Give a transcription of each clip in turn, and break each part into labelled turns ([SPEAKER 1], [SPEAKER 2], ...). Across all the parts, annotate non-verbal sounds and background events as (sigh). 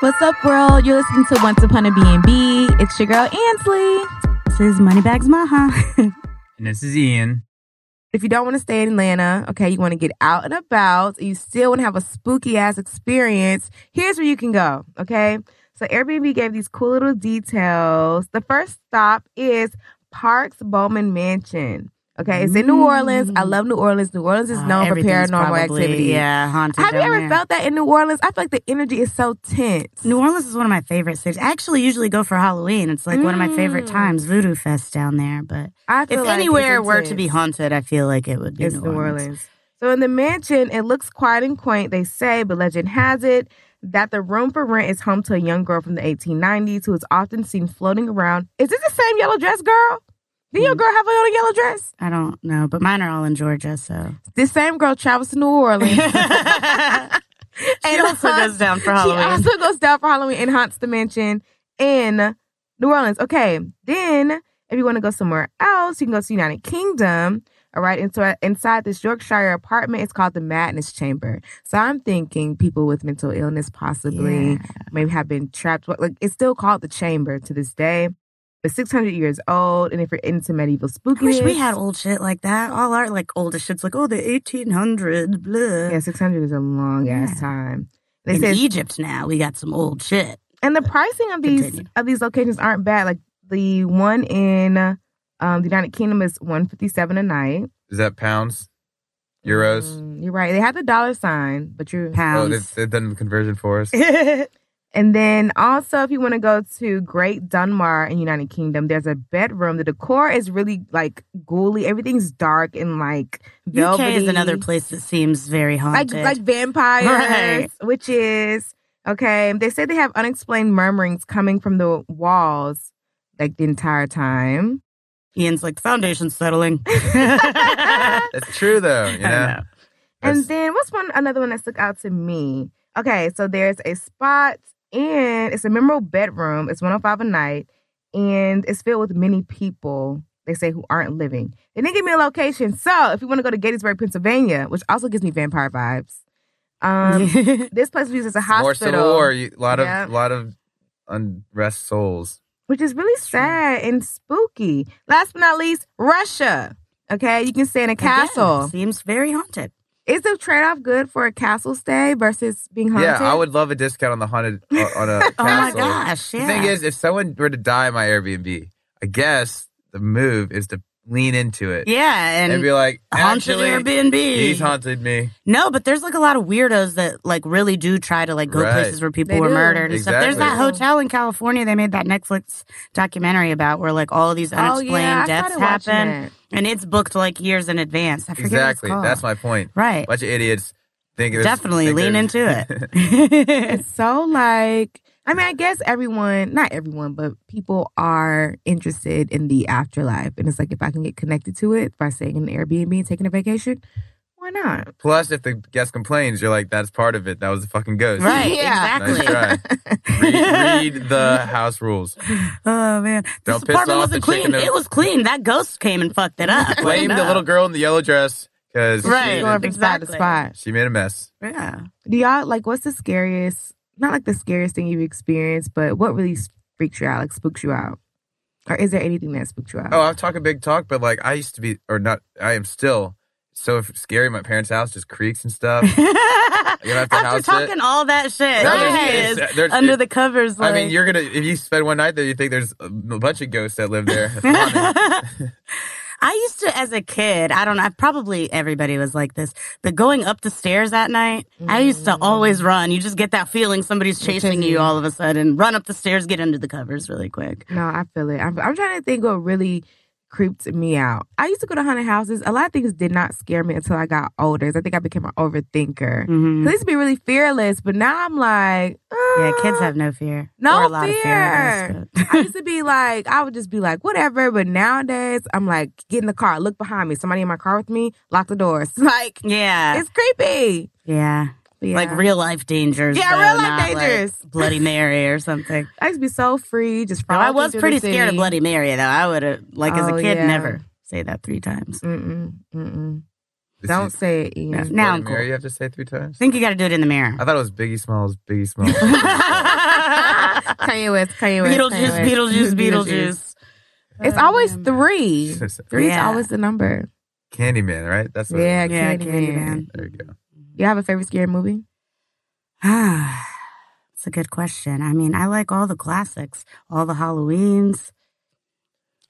[SPEAKER 1] What's up, world? You're listening to Once Upon a B&B. It's your girl, Ansley.
[SPEAKER 2] This is Moneybags Maha.
[SPEAKER 3] And this is Ian.
[SPEAKER 1] If you don't want to stay in Atlanta, okay, you want to get out and about, and you still want to have a spooky ass experience, here's where you can go, okay? So Airbnb gave these cool little details. The first stop is Parks Bowman Mansion. Okay, it's in New Orleans. I
[SPEAKER 2] Mm.
[SPEAKER 1] love New Orleans. New Orleans is known for
[SPEAKER 2] Uh, Everything's
[SPEAKER 1] paranormal
[SPEAKER 2] probably,
[SPEAKER 1] activity.
[SPEAKER 2] Yeah, haunted.
[SPEAKER 1] Have you
[SPEAKER 2] down
[SPEAKER 1] ever
[SPEAKER 2] there.
[SPEAKER 1] felt that in New Orleans? I feel like the energy is so tense.
[SPEAKER 2] New Orleans is one of my favorite cities. I actually usually go for Halloween. It's like one of my favorite
[SPEAKER 1] Mm.
[SPEAKER 2] times, Voodoo Fest down there. But
[SPEAKER 1] I feel
[SPEAKER 2] if
[SPEAKER 1] like
[SPEAKER 2] anywhere
[SPEAKER 1] it's
[SPEAKER 2] were to be
[SPEAKER 1] intense.
[SPEAKER 2] haunted, I feel like it would be
[SPEAKER 1] It's
[SPEAKER 2] New,
[SPEAKER 1] New Orleans. So in the mansion, it looks quiet and quaint, they say, but legend has it that the room for rent is home to a young girl from the 1890s who is often seen floating around. Is it the same yellow dress girl? Did your
[SPEAKER 2] Mm.
[SPEAKER 1] girl have on a yellow dress?
[SPEAKER 2] I don't know, but mine are all in Georgia, so
[SPEAKER 1] This same girl travels to New (laughs)
[SPEAKER 2] (laughs)
[SPEAKER 1] Orleans.
[SPEAKER 2] it
[SPEAKER 1] She
[SPEAKER 2] also goes down
[SPEAKER 1] (laughs)
[SPEAKER 2] for
[SPEAKER 1] She
[SPEAKER 2] Halloween.
[SPEAKER 1] also goes down for Halloween and haunts the mansion in New Orleans. Okay, then if you want to go somewhere else, you can go to United Kingdom. All right, and so uh, inside this Yorkshire apartment, it's called the Madness Chamber. So I'm thinking people with mental illness possibly
[SPEAKER 2] Yeah.
[SPEAKER 1] maybe have been trapped. What- Like it's still called the Chamber to this day. It's 600 years old, and if you're into medieval
[SPEAKER 2] I wish
[SPEAKER 1] spookiness,
[SPEAKER 2] we had old shit like that. All our like oldest shit's like, oh, the 1800s, blah.
[SPEAKER 1] yeah, 600 is a long ass
[SPEAKER 2] Yeah.
[SPEAKER 1] time. They
[SPEAKER 2] in
[SPEAKER 1] said
[SPEAKER 2] Egypt now, we got some old shit.
[SPEAKER 1] And the pricing of these
[SPEAKER 2] Continue.
[SPEAKER 1] of these locations aren't bad. Like the one in um, the United Kingdom is one fifty seven a night.
[SPEAKER 3] Is that pounds? Euros?
[SPEAKER 1] Mm, you're right. They have the dollar sign, but you.
[SPEAKER 3] Oh,
[SPEAKER 2] Pounds.
[SPEAKER 3] they've, they've done the conversion for
[SPEAKER 2] (laughs)
[SPEAKER 3] us.
[SPEAKER 1] (laughs) And then also, if you want to go to Great Dunmar in United Kingdom, there's a bedroom. The decor is really like ghouly. Everything's dark and like
[SPEAKER 2] UK
[SPEAKER 1] velvety.
[SPEAKER 2] is another place that seems very
[SPEAKER 1] like
[SPEAKER 2] haunted.
[SPEAKER 1] like vampires,
[SPEAKER 2] Right.
[SPEAKER 1] which is okay. They say they have unexplained murmurings coming from the walls like the entire time.
[SPEAKER 2] (laughs) Ian's like the
[SPEAKER 1] (laughs)
[SPEAKER 2] foundation's settling.
[SPEAKER 3] That's true, though. You
[SPEAKER 2] I don't
[SPEAKER 3] know?
[SPEAKER 2] know.
[SPEAKER 1] And
[SPEAKER 3] That's-
[SPEAKER 1] then what's one another one that stuck out to me? Okay, so there's a spot and it's a memorable bedroom. It's 105 a night and it's filled with many people. They say who aren't living. They didn't give me a location. So if you want to go to Gettysburg, Pennsylvania, which also gives me vampire vibes,
[SPEAKER 3] (laughs)
[SPEAKER 1] um, this place is used as a hospital,
[SPEAKER 3] More Civil War. A lot of,
[SPEAKER 1] Yeah.
[SPEAKER 3] lot of unrest souls.
[SPEAKER 1] which is really
[SPEAKER 2] Sure.
[SPEAKER 1] sad and spooky. Last but not least, Russia. Okay, you can stay in a castle.
[SPEAKER 2] Again, seems very haunted.
[SPEAKER 1] Is the trade off good for a castle stay versus being haunted?
[SPEAKER 3] Yeah, I would love a discount on the
[SPEAKER 2] (laughs)
[SPEAKER 3] haunted on a
[SPEAKER 2] Oh
[SPEAKER 3] castle.
[SPEAKER 2] my gosh! Yeah.
[SPEAKER 3] The thing is, if someone were to die in my Airbnb, I guess the move is to lean into it
[SPEAKER 2] yeah,
[SPEAKER 3] and,
[SPEAKER 2] and,
[SPEAKER 3] be like,
[SPEAKER 2] haunted
[SPEAKER 3] actually,
[SPEAKER 2] Airbnb.
[SPEAKER 3] he's haunted me.
[SPEAKER 2] no, but there's like a lot of weirdos that like really do try to like go
[SPEAKER 3] Right.
[SPEAKER 2] places where people
[SPEAKER 1] They
[SPEAKER 2] were
[SPEAKER 1] do.
[SPEAKER 2] murdered and stuff. There's that
[SPEAKER 1] Exactly.
[SPEAKER 2] hotel in California they made that Netflix documentary about where like all these unexplained
[SPEAKER 1] Oh, I
[SPEAKER 2] deaths
[SPEAKER 1] started watching
[SPEAKER 2] happen,
[SPEAKER 1] that.
[SPEAKER 2] and it's booked like years in advance. I forget what it's
[SPEAKER 3] Exactly. That's
[SPEAKER 2] called.
[SPEAKER 3] my point.
[SPEAKER 2] right.
[SPEAKER 3] bunch of idiots think it's-
[SPEAKER 2] Definitely
[SPEAKER 3] think
[SPEAKER 2] lean
[SPEAKER 3] it's-
[SPEAKER 2] into it.
[SPEAKER 1] (laughs)
[SPEAKER 3] (laughs)
[SPEAKER 2] (laughs)
[SPEAKER 1] It's so like I mean, I guess everyone, not everyone, but people are interested in the afterlife. And it's like if I can get connected to it by staying in an Airbnb and taking a vacation, why not?
[SPEAKER 3] Plus, if the guest complains, you're like, "That's part of it. That was a fucking ghost."
[SPEAKER 2] right.
[SPEAKER 1] Yeah.
[SPEAKER 2] Exactly.
[SPEAKER 3] Nice try. read, read
[SPEAKER 2] (laughs)
[SPEAKER 3] the house rules.
[SPEAKER 2] Oh man,
[SPEAKER 3] Don't
[SPEAKER 2] this
[SPEAKER 3] piss
[SPEAKER 2] apartment
[SPEAKER 3] off
[SPEAKER 2] wasn't
[SPEAKER 3] the chicken
[SPEAKER 2] clean.
[SPEAKER 3] that-
[SPEAKER 2] It was clean. That ghost came and fucked it up.
[SPEAKER 3] Blame
[SPEAKER 2] Like,
[SPEAKER 3] the
[SPEAKER 2] no.
[SPEAKER 3] little girl in the yellow dress because
[SPEAKER 2] Right.
[SPEAKER 1] Going from
[SPEAKER 2] Exactly.
[SPEAKER 1] spot to spot.
[SPEAKER 3] she, made a mess. (laughs)
[SPEAKER 2] Yeah.
[SPEAKER 1] Do y'all like what's the scariest? Not like the scariest thing you've experienced, but what really freaks you out, like spooks you out, or is there anything that spooked you out?
[SPEAKER 3] Oh, I'm talking big talk, but like I used to be, or not, I am still so f- scary. My parents' house just creaks and
[SPEAKER 2] (laughs)
[SPEAKER 3] stuff. gonna have to
[SPEAKER 2] After
[SPEAKER 3] house
[SPEAKER 2] talking all that shit,
[SPEAKER 1] No,
[SPEAKER 2] here
[SPEAKER 1] there's-
[SPEAKER 2] it is,
[SPEAKER 3] it's- uh, there's-
[SPEAKER 2] under the covers. Like,
[SPEAKER 3] I mean, you're gonna if you spend one night there, you think there's a bunch of ghosts that live there. It's
[SPEAKER 2] (laughs)
[SPEAKER 3] funny.
[SPEAKER 2] I used to, as a kid, I don't know, probably everybody was like this, but going up the stairs at night, I used to
[SPEAKER 1] Mm.
[SPEAKER 2] always run. You just get that feeling somebody's chasing
[SPEAKER 1] Chasing
[SPEAKER 2] you
[SPEAKER 1] you.
[SPEAKER 2] all of a sudden. Run up the stairs, get under the covers really quick.
[SPEAKER 1] No, I feel it. I'm, I'm trying to think what really creeped me out. I used to go to haunted houses. A lot of things did not scare me until I got older. 'cause I think I became an overthinker.
[SPEAKER 2] Mhm.
[SPEAKER 1] I used to be really fearless, but now I'm like,
[SPEAKER 2] Yeah, kids
[SPEAKER 1] uh,
[SPEAKER 2] have no fear.
[SPEAKER 1] No
[SPEAKER 2] or a lot of fear. I
[SPEAKER 1] fear.
[SPEAKER 2] guess, but- (laughs)
[SPEAKER 1] I used to be like, I would just be like, whatever. But nowadays, I'm like, get in the car, look behind me. Somebody in my car with me, lock the doors. (laughs) Like,
[SPEAKER 2] yeah.
[SPEAKER 1] it's creepy.
[SPEAKER 2] yeah.
[SPEAKER 1] But yeah.
[SPEAKER 2] Like real life dangers.
[SPEAKER 1] Yeah,
[SPEAKER 2] though,
[SPEAKER 1] real life
[SPEAKER 2] not, like,
[SPEAKER 1] dangers.
[SPEAKER 2] Bloody Mary
[SPEAKER 1] (laughs)
[SPEAKER 2] or something.
[SPEAKER 1] I used to be so free, just
[SPEAKER 2] Now,
[SPEAKER 1] frolic
[SPEAKER 2] I was
[SPEAKER 1] through the
[SPEAKER 2] pretty scared of
[SPEAKER 1] city.
[SPEAKER 2] Bloody Mary though. I would have like as
[SPEAKER 1] Oh,
[SPEAKER 2] a kid
[SPEAKER 1] yeah.
[SPEAKER 2] never say that three times.
[SPEAKER 1] Mm-mm, mm-mm.
[SPEAKER 3] Is
[SPEAKER 1] Don't
[SPEAKER 3] he-
[SPEAKER 1] say it, Ian.
[SPEAKER 2] No.
[SPEAKER 3] he's
[SPEAKER 2] Now
[SPEAKER 3] Bloody Mary
[SPEAKER 2] cool.
[SPEAKER 3] you have to say three times?
[SPEAKER 2] I think you got to do it in the mirror. (laughs)
[SPEAKER 3] I thought it was Biggie Smalls, Biggie Smalls. Biggie Smalls.
[SPEAKER 1] (laughs) Kanye West, Kanye West. Kanye
[SPEAKER 2] Beetlejuice,
[SPEAKER 1] West. (laughs)
[SPEAKER 2] Beetlejuice, Beetlejuice.
[SPEAKER 1] It's always
[SPEAKER 3] (laughs)
[SPEAKER 2] Um,
[SPEAKER 1] three. Three
[SPEAKER 2] Yeah.
[SPEAKER 1] is always the number.
[SPEAKER 3] Candyman, right? That's what it
[SPEAKER 1] Yeah,
[SPEAKER 3] is.
[SPEAKER 2] Yeah,
[SPEAKER 1] Candyman.
[SPEAKER 2] Candyman.
[SPEAKER 3] There you go.
[SPEAKER 1] You have a favorite scary movie?
[SPEAKER 2] Ah, (sighs) it's a good question. I mean, I like all the classics, all the Halloweens.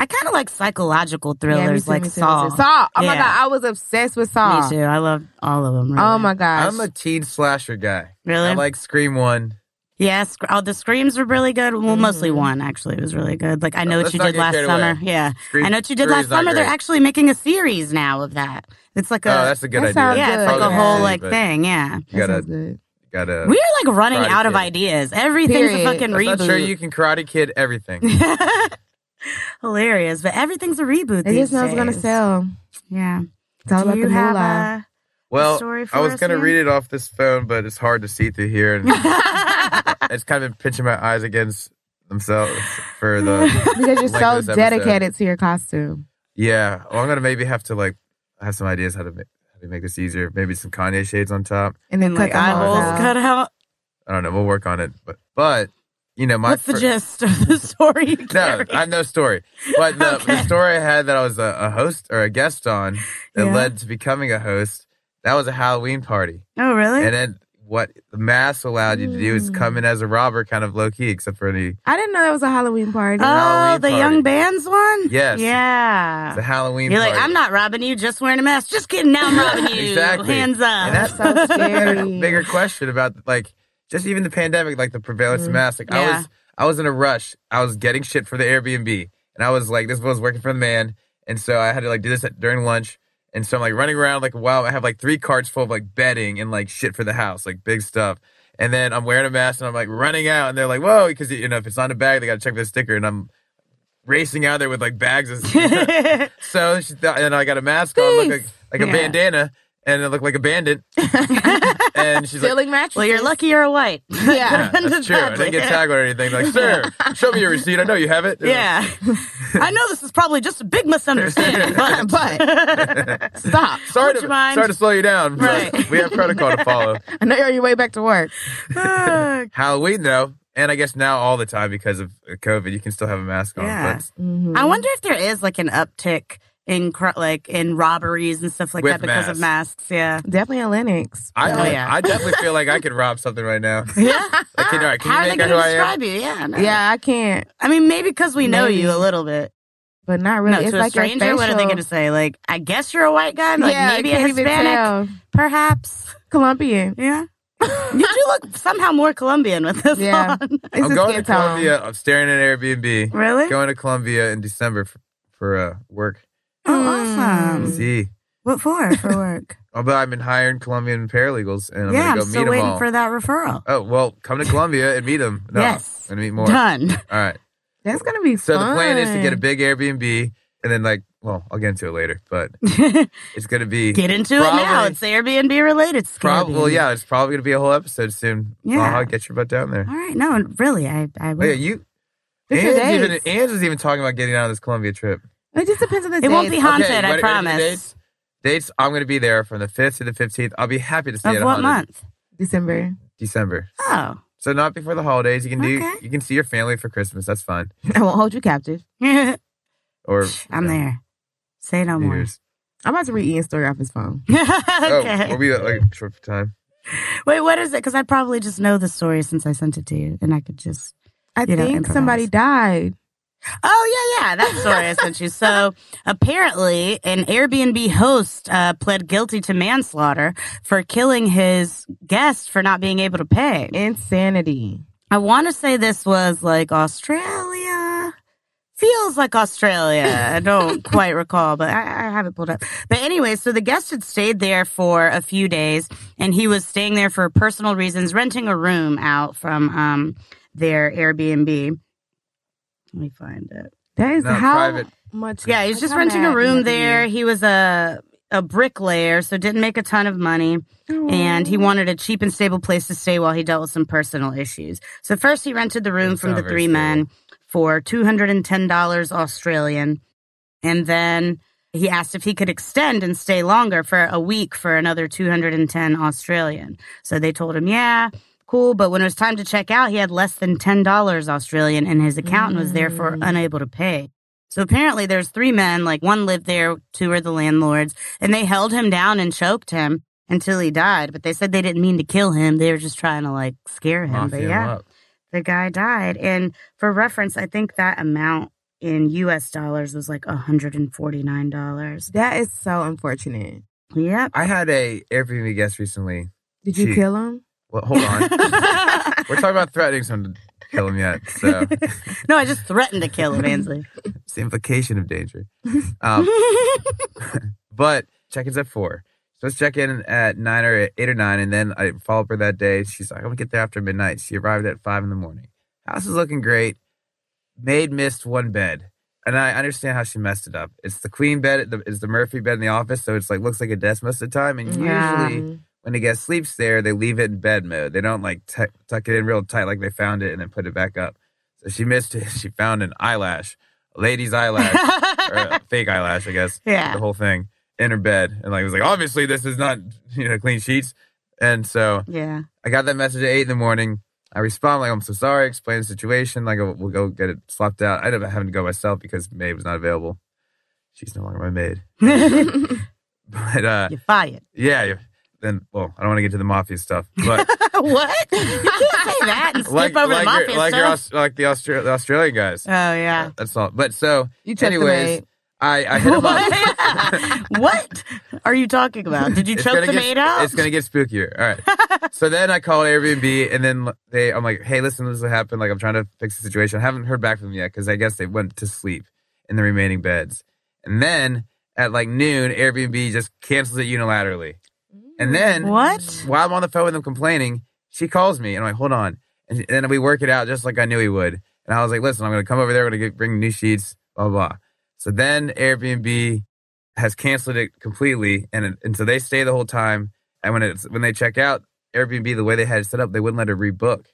[SPEAKER 2] I kind of like psychological
[SPEAKER 1] yeah, me
[SPEAKER 2] thrillers
[SPEAKER 1] too,
[SPEAKER 2] like
[SPEAKER 1] me too, me
[SPEAKER 2] Saw.
[SPEAKER 1] too. Saw. Oh my
[SPEAKER 2] Yeah.
[SPEAKER 1] god, I was obsessed with Saw.
[SPEAKER 2] Me too. I love all of them. Really.
[SPEAKER 1] Oh my gosh.
[SPEAKER 3] I'm a teen slasher guy.
[SPEAKER 2] Really?
[SPEAKER 3] I like Scream One.
[SPEAKER 2] yeah. Sc- oh, the screams were really good. Well, mostly
[SPEAKER 1] Mhm.
[SPEAKER 2] one actually was really good. Like I know
[SPEAKER 3] Mm-hmm. Let's
[SPEAKER 2] what you
[SPEAKER 3] not
[SPEAKER 2] did
[SPEAKER 3] get
[SPEAKER 2] last
[SPEAKER 3] carried
[SPEAKER 2] summer.
[SPEAKER 3] away.
[SPEAKER 2] Yeah,
[SPEAKER 3] Scream
[SPEAKER 2] I know what you did
[SPEAKER 3] three
[SPEAKER 2] last
[SPEAKER 3] is not
[SPEAKER 2] summer. They're
[SPEAKER 3] great.
[SPEAKER 2] actually making a series now of that. It's like a
[SPEAKER 3] Oh, that's a good
[SPEAKER 1] That sounds
[SPEAKER 3] idea.
[SPEAKER 2] yeah, it's
[SPEAKER 1] good.
[SPEAKER 2] like a
[SPEAKER 1] Yeah.
[SPEAKER 2] whole like
[SPEAKER 3] But
[SPEAKER 2] thing. Yeah,
[SPEAKER 1] that
[SPEAKER 3] gotta-
[SPEAKER 1] sounds good.
[SPEAKER 3] Gotta.
[SPEAKER 2] we are like running
[SPEAKER 3] Karate
[SPEAKER 2] out of
[SPEAKER 3] Kid.
[SPEAKER 2] ideas. Everything's a
[SPEAKER 1] Period.
[SPEAKER 2] fucking
[SPEAKER 3] I'm
[SPEAKER 2] reboot.
[SPEAKER 3] not sure you can Karate Kid
[SPEAKER 2] (laughs)
[SPEAKER 3] everything.
[SPEAKER 2] Hilarious, but everything's a reboot.
[SPEAKER 1] They
[SPEAKER 2] these
[SPEAKER 1] just know it's gonna
[SPEAKER 2] days.
[SPEAKER 1] sell.
[SPEAKER 2] Yeah.
[SPEAKER 1] It's all
[SPEAKER 2] Do
[SPEAKER 1] about
[SPEAKER 2] you
[SPEAKER 1] the
[SPEAKER 2] have
[SPEAKER 1] moolah.
[SPEAKER 2] a
[SPEAKER 3] Well,
[SPEAKER 2] story for
[SPEAKER 3] I was
[SPEAKER 2] us,
[SPEAKER 3] gonna
[SPEAKER 2] man?
[SPEAKER 3] read it off this phone, but it's hard to see through here,
[SPEAKER 2] (laughs)
[SPEAKER 3] and (laughs) it's kind of been pinching my eyes against themselves for
[SPEAKER 2] (laughs)
[SPEAKER 3] the.
[SPEAKER 1] because you're
[SPEAKER 3] Like
[SPEAKER 1] so
[SPEAKER 3] this episode.
[SPEAKER 1] dedicated to your costume.
[SPEAKER 3] Yeah, well, I'm gonna maybe have to like have some ideas how to make how to make this easier. Maybe some Kanye shades on top.
[SPEAKER 1] And then
[SPEAKER 2] and like
[SPEAKER 1] cut
[SPEAKER 2] eye
[SPEAKER 1] them all
[SPEAKER 2] holes
[SPEAKER 1] out.
[SPEAKER 2] cut out.
[SPEAKER 3] I don't know. We'll work on it, but but you know my
[SPEAKER 2] What's the
[SPEAKER 3] fir-
[SPEAKER 2] gist of the (laughs) story? you
[SPEAKER 3] No,
[SPEAKER 2] carry?
[SPEAKER 3] I have no story. But the,
[SPEAKER 2] Okay.
[SPEAKER 3] the story I had that I was a, a host or a guest on that
[SPEAKER 2] Yeah.
[SPEAKER 3] led to becoming a host. That was a Halloween party,
[SPEAKER 2] oh, really?
[SPEAKER 3] and then what the mask allowed you to do is
[SPEAKER 1] Mm.
[SPEAKER 3] come in as a robber, kind of low key, except for any.
[SPEAKER 1] I didn't know that was a Halloween party.
[SPEAKER 2] oh,
[SPEAKER 3] Halloween
[SPEAKER 2] the
[SPEAKER 3] party.
[SPEAKER 2] young bands one.
[SPEAKER 3] Yes.
[SPEAKER 2] Yeah.
[SPEAKER 3] It's a Halloween.
[SPEAKER 2] You're
[SPEAKER 3] party.
[SPEAKER 2] like, I'm not robbing you. Just wearing a mask. Just kidding. Now I'm robbing
[SPEAKER 3] (laughs)
[SPEAKER 2] you.
[SPEAKER 3] Exactly.
[SPEAKER 2] Hands
[SPEAKER 3] And
[SPEAKER 2] up.
[SPEAKER 1] that's
[SPEAKER 2] (laughs)
[SPEAKER 1] so
[SPEAKER 3] (laughs)
[SPEAKER 1] scary.
[SPEAKER 3] bigger question about like just even the pandemic, like the prevalence
[SPEAKER 1] Mm.
[SPEAKER 3] of masks. Like I
[SPEAKER 2] Yeah.
[SPEAKER 3] was I was in a rush. I was getting shit for the Airbnb, and I was like, this was working for the man, and so I had to like do this at, during lunch. And so I'm like running around like wow, I have like three carts full of like bedding and like shit for the house, like big stuff. And then I'm wearing a mask and I'm like running out, and they're like, whoa, because you know if it's not in a bag, they gotta check for the sticker, and I'm racing out there with like bags of (laughs) So she thought, and I got a mask on, look like,
[SPEAKER 1] Thief.
[SPEAKER 3] like a
[SPEAKER 2] Yeah.
[SPEAKER 3] bandana, and I look like a
[SPEAKER 2] (laughs)
[SPEAKER 3] bandit. and she's like,
[SPEAKER 1] Stealing mattresses.
[SPEAKER 2] (laughs) well, you're lucky you're white. (laughs)
[SPEAKER 1] Yeah.
[SPEAKER 3] yeah, that's true. I didn't get tackled or anything. Like, sir, show me your receipt. I know you have it.
[SPEAKER 2] Yeah. (laughs) I know this is probably just a
[SPEAKER 3] (laughs)
[SPEAKER 2] big misunderstanding, but, but
[SPEAKER 1] Stop.
[SPEAKER 3] Sorry
[SPEAKER 2] Would
[SPEAKER 3] to,
[SPEAKER 2] you mind?
[SPEAKER 3] sorry to slow you down. but
[SPEAKER 2] Right.
[SPEAKER 3] We have protocol to
[SPEAKER 2] (laughs)
[SPEAKER 3] follow.
[SPEAKER 1] (laughs) I know you're on your way back to work.
[SPEAKER 2] Fuck.
[SPEAKER 3] Halloween, though, and I guess now all the time because of uh, COVID, you can still have a mask on.
[SPEAKER 2] Yeah.
[SPEAKER 3] But
[SPEAKER 2] I wonder if there is like an uptick in cr- like in robberies and stuff like
[SPEAKER 3] With
[SPEAKER 2] that because of masks. Yeah.
[SPEAKER 1] Definitely a Linux.
[SPEAKER 3] I,
[SPEAKER 2] Oh, yeah.
[SPEAKER 3] I definitely feel like I could rob something right
[SPEAKER 2] (laughs)
[SPEAKER 3] now.
[SPEAKER 2] Yeah.
[SPEAKER 3] (laughs) Like, can, all right, can you
[SPEAKER 2] How are they
[SPEAKER 3] make out
[SPEAKER 2] going
[SPEAKER 3] who
[SPEAKER 2] to
[SPEAKER 3] I am?
[SPEAKER 2] describe you? Yeah. no.
[SPEAKER 1] Yeah, I can't,
[SPEAKER 2] I mean, maybe because we know you
[SPEAKER 1] Maybe.
[SPEAKER 2] a little bit.
[SPEAKER 1] but not really.
[SPEAKER 2] no,
[SPEAKER 1] it's
[SPEAKER 2] to
[SPEAKER 1] like
[SPEAKER 2] a stranger,
[SPEAKER 1] your facial.
[SPEAKER 2] what are they going to say? Like, I guess you're a white guy. Like,
[SPEAKER 1] yeah,
[SPEAKER 2] maybe
[SPEAKER 1] I
[SPEAKER 2] a
[SPEAKER 1] can't even
[SPEAKER 2] Hispanic,
[SPEAKER 1] tell.
[SPEAKER 2] perhaps.
[SPEAKER 1] Colombian.
[SPEAKER 2] Yeah. you do
[SPEAKER 1] (laughs)
[SPEAKER 2] look somehow more Colombian with this
[SPEAKER 1] Yeah.
[SPEAKER 2] on.
[SPEAKER 1] It's
[SPEAKER 3] I'm
[SPEAKER 1] a
[SPEAKER 3] going
[SPEAKER 1] skin
[SPEAKER 3] to
[SPEAKER 1] tone.
[SPEAKER 3] Columbia. I'm staring at Airbnb.
[SPEAKER 2] Really?
[SPEAKER 3] Going to Columbia in December for, for uh, work.
[SPEAKER 2] Oh, awesome.
[SPEAKER 1] Mm.
[SPEAKER 3] See, (laughs)
[SPEAKER 2] What for? For work.
[SPEAKER 3] although I've been hiring Colombian paralegals, and I'm
[SPEAKER 2] yeah,
[SPEAKER 3] going
[SPEAKER 2] I'm
[SPEAKER 3] to go meet
[SPEAKER 2] still
[SPEAKER 3] 'em
[SPEAKER 2] waiting
[SPEAKER 3] all.
[SPEAKER 2] for that referral.
[SPEAKER 3] Oh well, come to Columbia and meet them. No,
[SPEAKER 2] Yes.
[SPEAKER 3] and meet more. All
[SPEAKER 2] Done. (laughs)
[SPEAKER 3] right.
[SPEAKER 1] That's gonna be
[SPEAKER 3] So
[SPEAKER 1] fun.
[SPEAKER 3] the plan is to get a big Airbnb and then like, well, I'll get into it later,
[SPEAKER 2] (laughs)
[SPEAKER 3] but it's gonna be
[SPEAKER 2] Get into it now.
[SPEAKER 3] Probably-
[SPEAKER 2] It's Airbnb related. Scammy.
[SPEAKER 3] probably yeah, it's probably gonna be a whole episode soon.
[SPEAKER 2] Yeah.
[SPEAKER 3] I'll get your butt down there.
[SPEAKER 2] All right. No, and really, I I
[SPEAKER 3] Oh,
[SPEAKER 2] will.
[SPEAKER 3] yeah, you.
[SPEAKER 1] Pick your
[SPEAKER 3] Anne's even
[SPEAKER 1] dates.
[SPEAKER 3] Anne's is even talking about getting out of this Columbia trip.
[SPEAKER 1] It just depends on the
[SPEAKER 2] it won't be haunted.
[SPEAKER 3] Okay, what are
[SPEAKER 2] I
[SPEAKER 3] the
[SPEAKER 2] promise.
[SPEAKER 3] dates? Dates. I'm gonna be there from the fifth to the fifteenth. I'll be happy to stay
[SPEAKER 2] Of
[SPEAKER 3] at a
[SPEAKER 2] what
[SPEAKER 3] haunted-
[SPEAKER 2] month?
[SPEAKER 1] December.
[SPEAKER 3] December.
[SPEAKER 2] Oh, (laughs)
[SPEAKER 3] So not before the holidays. You can do.
[SPEAKER 2] Okay.
[SPEAKER 3] You can see your family for Christmas. That's fine.
[SPEAKER 1] I won't hold you captive.
[SPEAKER 2] I'm
[SPEAKER 3] Or you know,
[SPEAKER 2] there. Say no
[SPEAKER 3] New
[SPEAKER 2] more.
[SPEAKER 3] Year's.
[SPEAKER 1] I'm about to read Ian's story off his phone.
[SPEAKER 3] Oh,
[SPEAKER 2] (laughs) okay.
[SPEAKER 3] we'll be like short for time.
[SPEAKER 2] Wait, what is it? Because I probably just know the story since I sent it to you, and I could just.
[SPEAKER 1] I
[SPEAKER 2] You know,
[SPEAKER 1] think somebody
[SPEAKER 2] improvise.
[SPEAKER 1] died.
[SPEAKER 2] Oh yeah, yeah, that story I sent you. So apparently, an Airbnb host uh, pled guilty to manslaughter for killing his guest for not being able to pay.
[SPEAKER 1] Insanity.
[SPEAKER 2] I want to say this was like Australia. Feels like Australia. I don't quite recall, but I, I have it pulled up. But anyway, so the guest had stayed there for a few days, and he was staying there for personal reasons, renting a room out from um, their Airbnb. Let me find it.
[SPEAKER 1] That is
[SPEAKER 3] No,
[SPEAKER 1] how
[SPEAKER 3] private.
[SPEAKER 1] much.
[SPEAKER 2] Yeah, he was
[SPEAKER 1] like,
[SPEAKER 2] just
[SPEAKER 1] how
[SPEAKER 2] renting a
[SPEAKER 1] mad
[SPEAKER 2] room
[SPEAKER 1] can that be?
[SPEAKER 2] there. He was a a bricklayer, so didn't make a ton of money and he wanted a cheap and stable place to stay while he dealt with some personal issues. So first he rented the room
[SPEAKER 3] Doesn't
[SPEAKER 2] from the
[SPEAKER 3] sound very
[SPEAKER 2] three men for $210 Australian. And then He asked if he could extend and stay longer for a week for another 210 Australian. So they told him, yeah, cool. But when it was time to check out, he had less than $10 Australian and his accountant was therefore
[SPEAKER 1] Mm.
[SPEAKER 2] unable to pay. So apparently there's three men, like one lived there, two were the landlords, and they held him down and choked him until he died. But they said they didn't mean to kill him. They were just trying to like scare him.
[SPEAKER 3] Mafia
[SPEAKER 2] but yeah
[SPEAKER 3] him up.
[SPEAKER 2] the guy died. And for reference, I think that amount in US dollars was like $149.
[SPEAKER 1] That is so unfortunate.
[SPEAKER 2] Yep. (laughs)
[SPEAKER 3] I had a Airbnb guest recently.
[SPEAKER 1] Did you
[SPEAKER 3] She-
[SPEAKER 1] kill him?
[SPEAKER 3] Well, hold
[SPEAKER 2] (laughs)
[SPEAKER 3] on. We're talking about threatening someone to kill him yet,
[SPEAKER 2] (laughs)
[SPEAKER 3] so
[SPEAKER 2] no, I just threatened to kill
[SPEAKER 3] (laughs)
[SPEAKER 2] him, Ansley.
[SPEAKER 3] it's the implication of
[SPEAKER 2] (laughs)
[SPEAKER 3] danger. Um, but check-in's at four. So let's check in at nine or eight or nine, and then I follow up her that day. She's like, "I'm gonna get there after midnight." She arrived at five in the morning. House is looking great. Maid missed one bed, and I understand how she messed it up. It's the queen bed, the- it's the Murphy bed in the office, so it's like looks like a desk most of the time. And
[SPEAKER 2] Yeah.
[SPEAKER 3] usually, when a guest sleeps there, they leave it in bed mode. They don't like tuck tuck it in real tight like they found it and then put it back up. So she missed it. (laughs) She found an eyelash, a lady's eyelash, or a fake eyelash, I guess
[SPEAKER 2] (laughs) yeah.
[SPEAKER 3] the whole thing in her bed. And like, it was like, obviously, this is not, you know, clean sheets. And so (laughs)
[SPEAKER 2] Yeah. (laughs)
[SPEAKER 3] I got that message at eight in the morning. I respond, like, I'm so sorry, explain the situation. Like, we'll we'll go get it swapped out. I ended up having to go myself because Maid was not available. She's no longer my maid. (laughs) But uh,
[SPEAKER 2] You're fired. (laughs)
[SPEAKER 3] yeah, you- then, well, I don't want to get to the mafia stuff. But
[SPEAKER 2] what? You can't say that and (laughs) skip
[SPEAKER 3] like,
[SPEAKER 2] over the
[SPEAKER 3] like,
[SPEAKER 2] mafia
[SPEAKER 3] your, like, your,
[SPEAKER 2] stuff.
[SPEAKER 3] Aus- like the, Austra- the Australian guys.
[SPEAKER 2] oh, yeah.
[SPEAKER 3] That's all. But so
[SPEAKER 1] you checked
[SPEAKER 3] anyways,
[SPEAKER 1] the
[SPEAKER 3] I, I
[SPEAKER 2] (laughs)
[SPEAKER 3] hit him up.
[SPEAKER 2] What? what are you talking about? Did you
[SPEAKER 3] It's
[SPEAKER 2] choke
[SPEAKER 3] gonna
[SPEAKER 2] the
[SPEAKER 3] get-
[SPEAKER 2] maid out?
[SPEAKER 3] It's gonna get spookier. All right. so then I called Airbnb, and then they, I'm like, "Hey, listen, this is what happened. Like, I'm trying to fix the situation. I haven't heard back from them yet because I guess they went to sleep in the remaining beds. And then at like noon, Airbnb just cancels it unilaterally.
[SPEAKER 1] maid.
[SPEAKER 3] And then
[SPEAKER 2] What?
[SPEAKER 3] while I'm on the phone with them complaining, she calls me, and I'm like, "Hold on." And then we work it out just like I knew he would. And I was like, "Listen, I'm gonna come over there. We're gonna get, bring new sheets. Blah blah." So then Airbnb has canceled it completely, and and so they stay the whole time. And when it's when they check out Airbnb, the way they had it set up, they wouldn't let her rebook.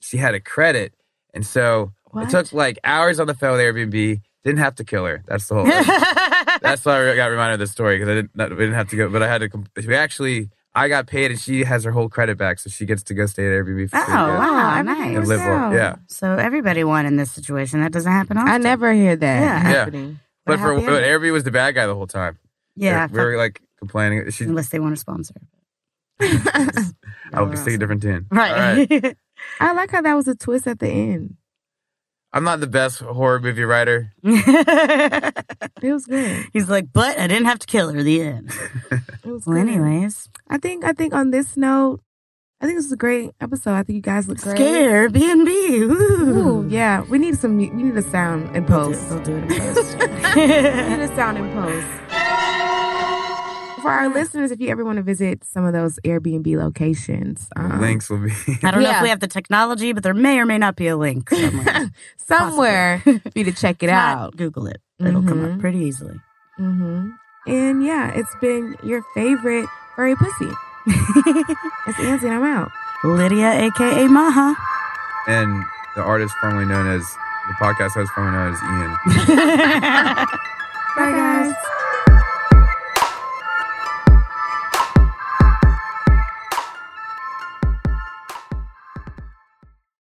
[SPEAKER 3] She had a credit, and so
[SPEAKER 2] What?
[SPEAKER 3] it took like hours on the phone with Airbnb. Didn't have to kill her. That's the whole. thing.
[SPEAKER 1] (laughs)
[SPEAKER 3] That's why Oh, I got reminded of this story because I didn't not, we didn't have to go, but I had to. com- We actually, I got paid, and she has her whole credit back, so she gets to go stay at Airbnb. For
[SPEAKER 2] Oh,
[SPEAKER 3] free again.
[SPEAKER 2] wow.
[SPEAKER 1] everything
[SPEAKER 2] nice.
[SPEAKER 1] works
[SPEAKER 3] And live well,
[SPEAKER 1] out.
[SPEAKER 3] yeah.
[SPEAKER 2] So everybody won in this situation. That doesn't happen often.
[SPEAKER 1] I never hear (laughs) that
[SPEAKER 2] Yeah.
[SPEAKER 3] Yeah.
[SPEAKER 1] happening.
[SPEAKER 3] But for
[SPEAKER 2] Happy
[SPEAKER 3] but
[SPEAKER 2] ending.
[SPEAKER 3] Airbnb was the bad guy the whole time.
[SPEAKER 2] Yeah,
[SPEAKER 3] we were like complaining. She,
[SPEAKER 2] fuck- (laughs) unless they want to sponsor.
[SPEAKER 3] (laughs)
[SPEAKER 2] Uh,
[SPEAKER 3] I was singing a different tune. All
[SPEAKER 2] Mm. Right. (laughs)
[SPEAKER 3] right.
[SPEAKER 1] (laughs) I like how that was a twist at the end.
[SPEAKER 3] I'm not the best horror movie writer.
[SPEAKER 1] It was good.
[SPEAKER 2] (laughs) He's like, but I didn't have to kill her. The end.
[SPEAKER 1] It was
[SPEAKER 2] Well,
[SPEAKER 1] good.
[SPEAKER 2] anyways,
[SPEAKER 1] I think I think on this note, I think this was a great episode. I think you guys look great.
[SPEAKER 2] scare B and B.
[SPEAKER 1] (laughs) Ooh, yeah. We need some. mu- We need a sound in post.
[SPEAKER 2] We'll do it in
[SPEAKER 1] We
[SPEAKER 2] post. (laughs)
[SPEAKER 1] need a sound in post. For our listeners, if you ever want to visit some of those Airbnb locations,
[SPEAKER 2] Uh-huh.
[SPEAKER 1] um,
[SPEAKER 3] Links will be. (laughs)
[SPEAKER 2] I don't know
[SPEAKER 1] Yeah.
[SPEAKER 2] if we have the technology, but there may or may not be a link somewhere.
[SPEAKER 1] (laughs) somewhere for you to check it
[SPEAKER 2] If not,
[SPEAKER 1] out.
[SPEAKER 2] Google it. It'll come up
[SPEAKER 1] Mhm.
[SPEAKER 2] pretty easily. (laughs)
[SPEAKER 1] hmm And yeah, it's been your favorite furry pussy. It's Angie, and I'm out.
[SPEAKER 2] Lydia, aka
[SPEAKER 1] (laughs)
[SPEAKER 2] Maha.
[SPEAKER 3] and the artist formerly known as the podcast host formerly known as Ian.
[SPEAKER 1] Bye, guys.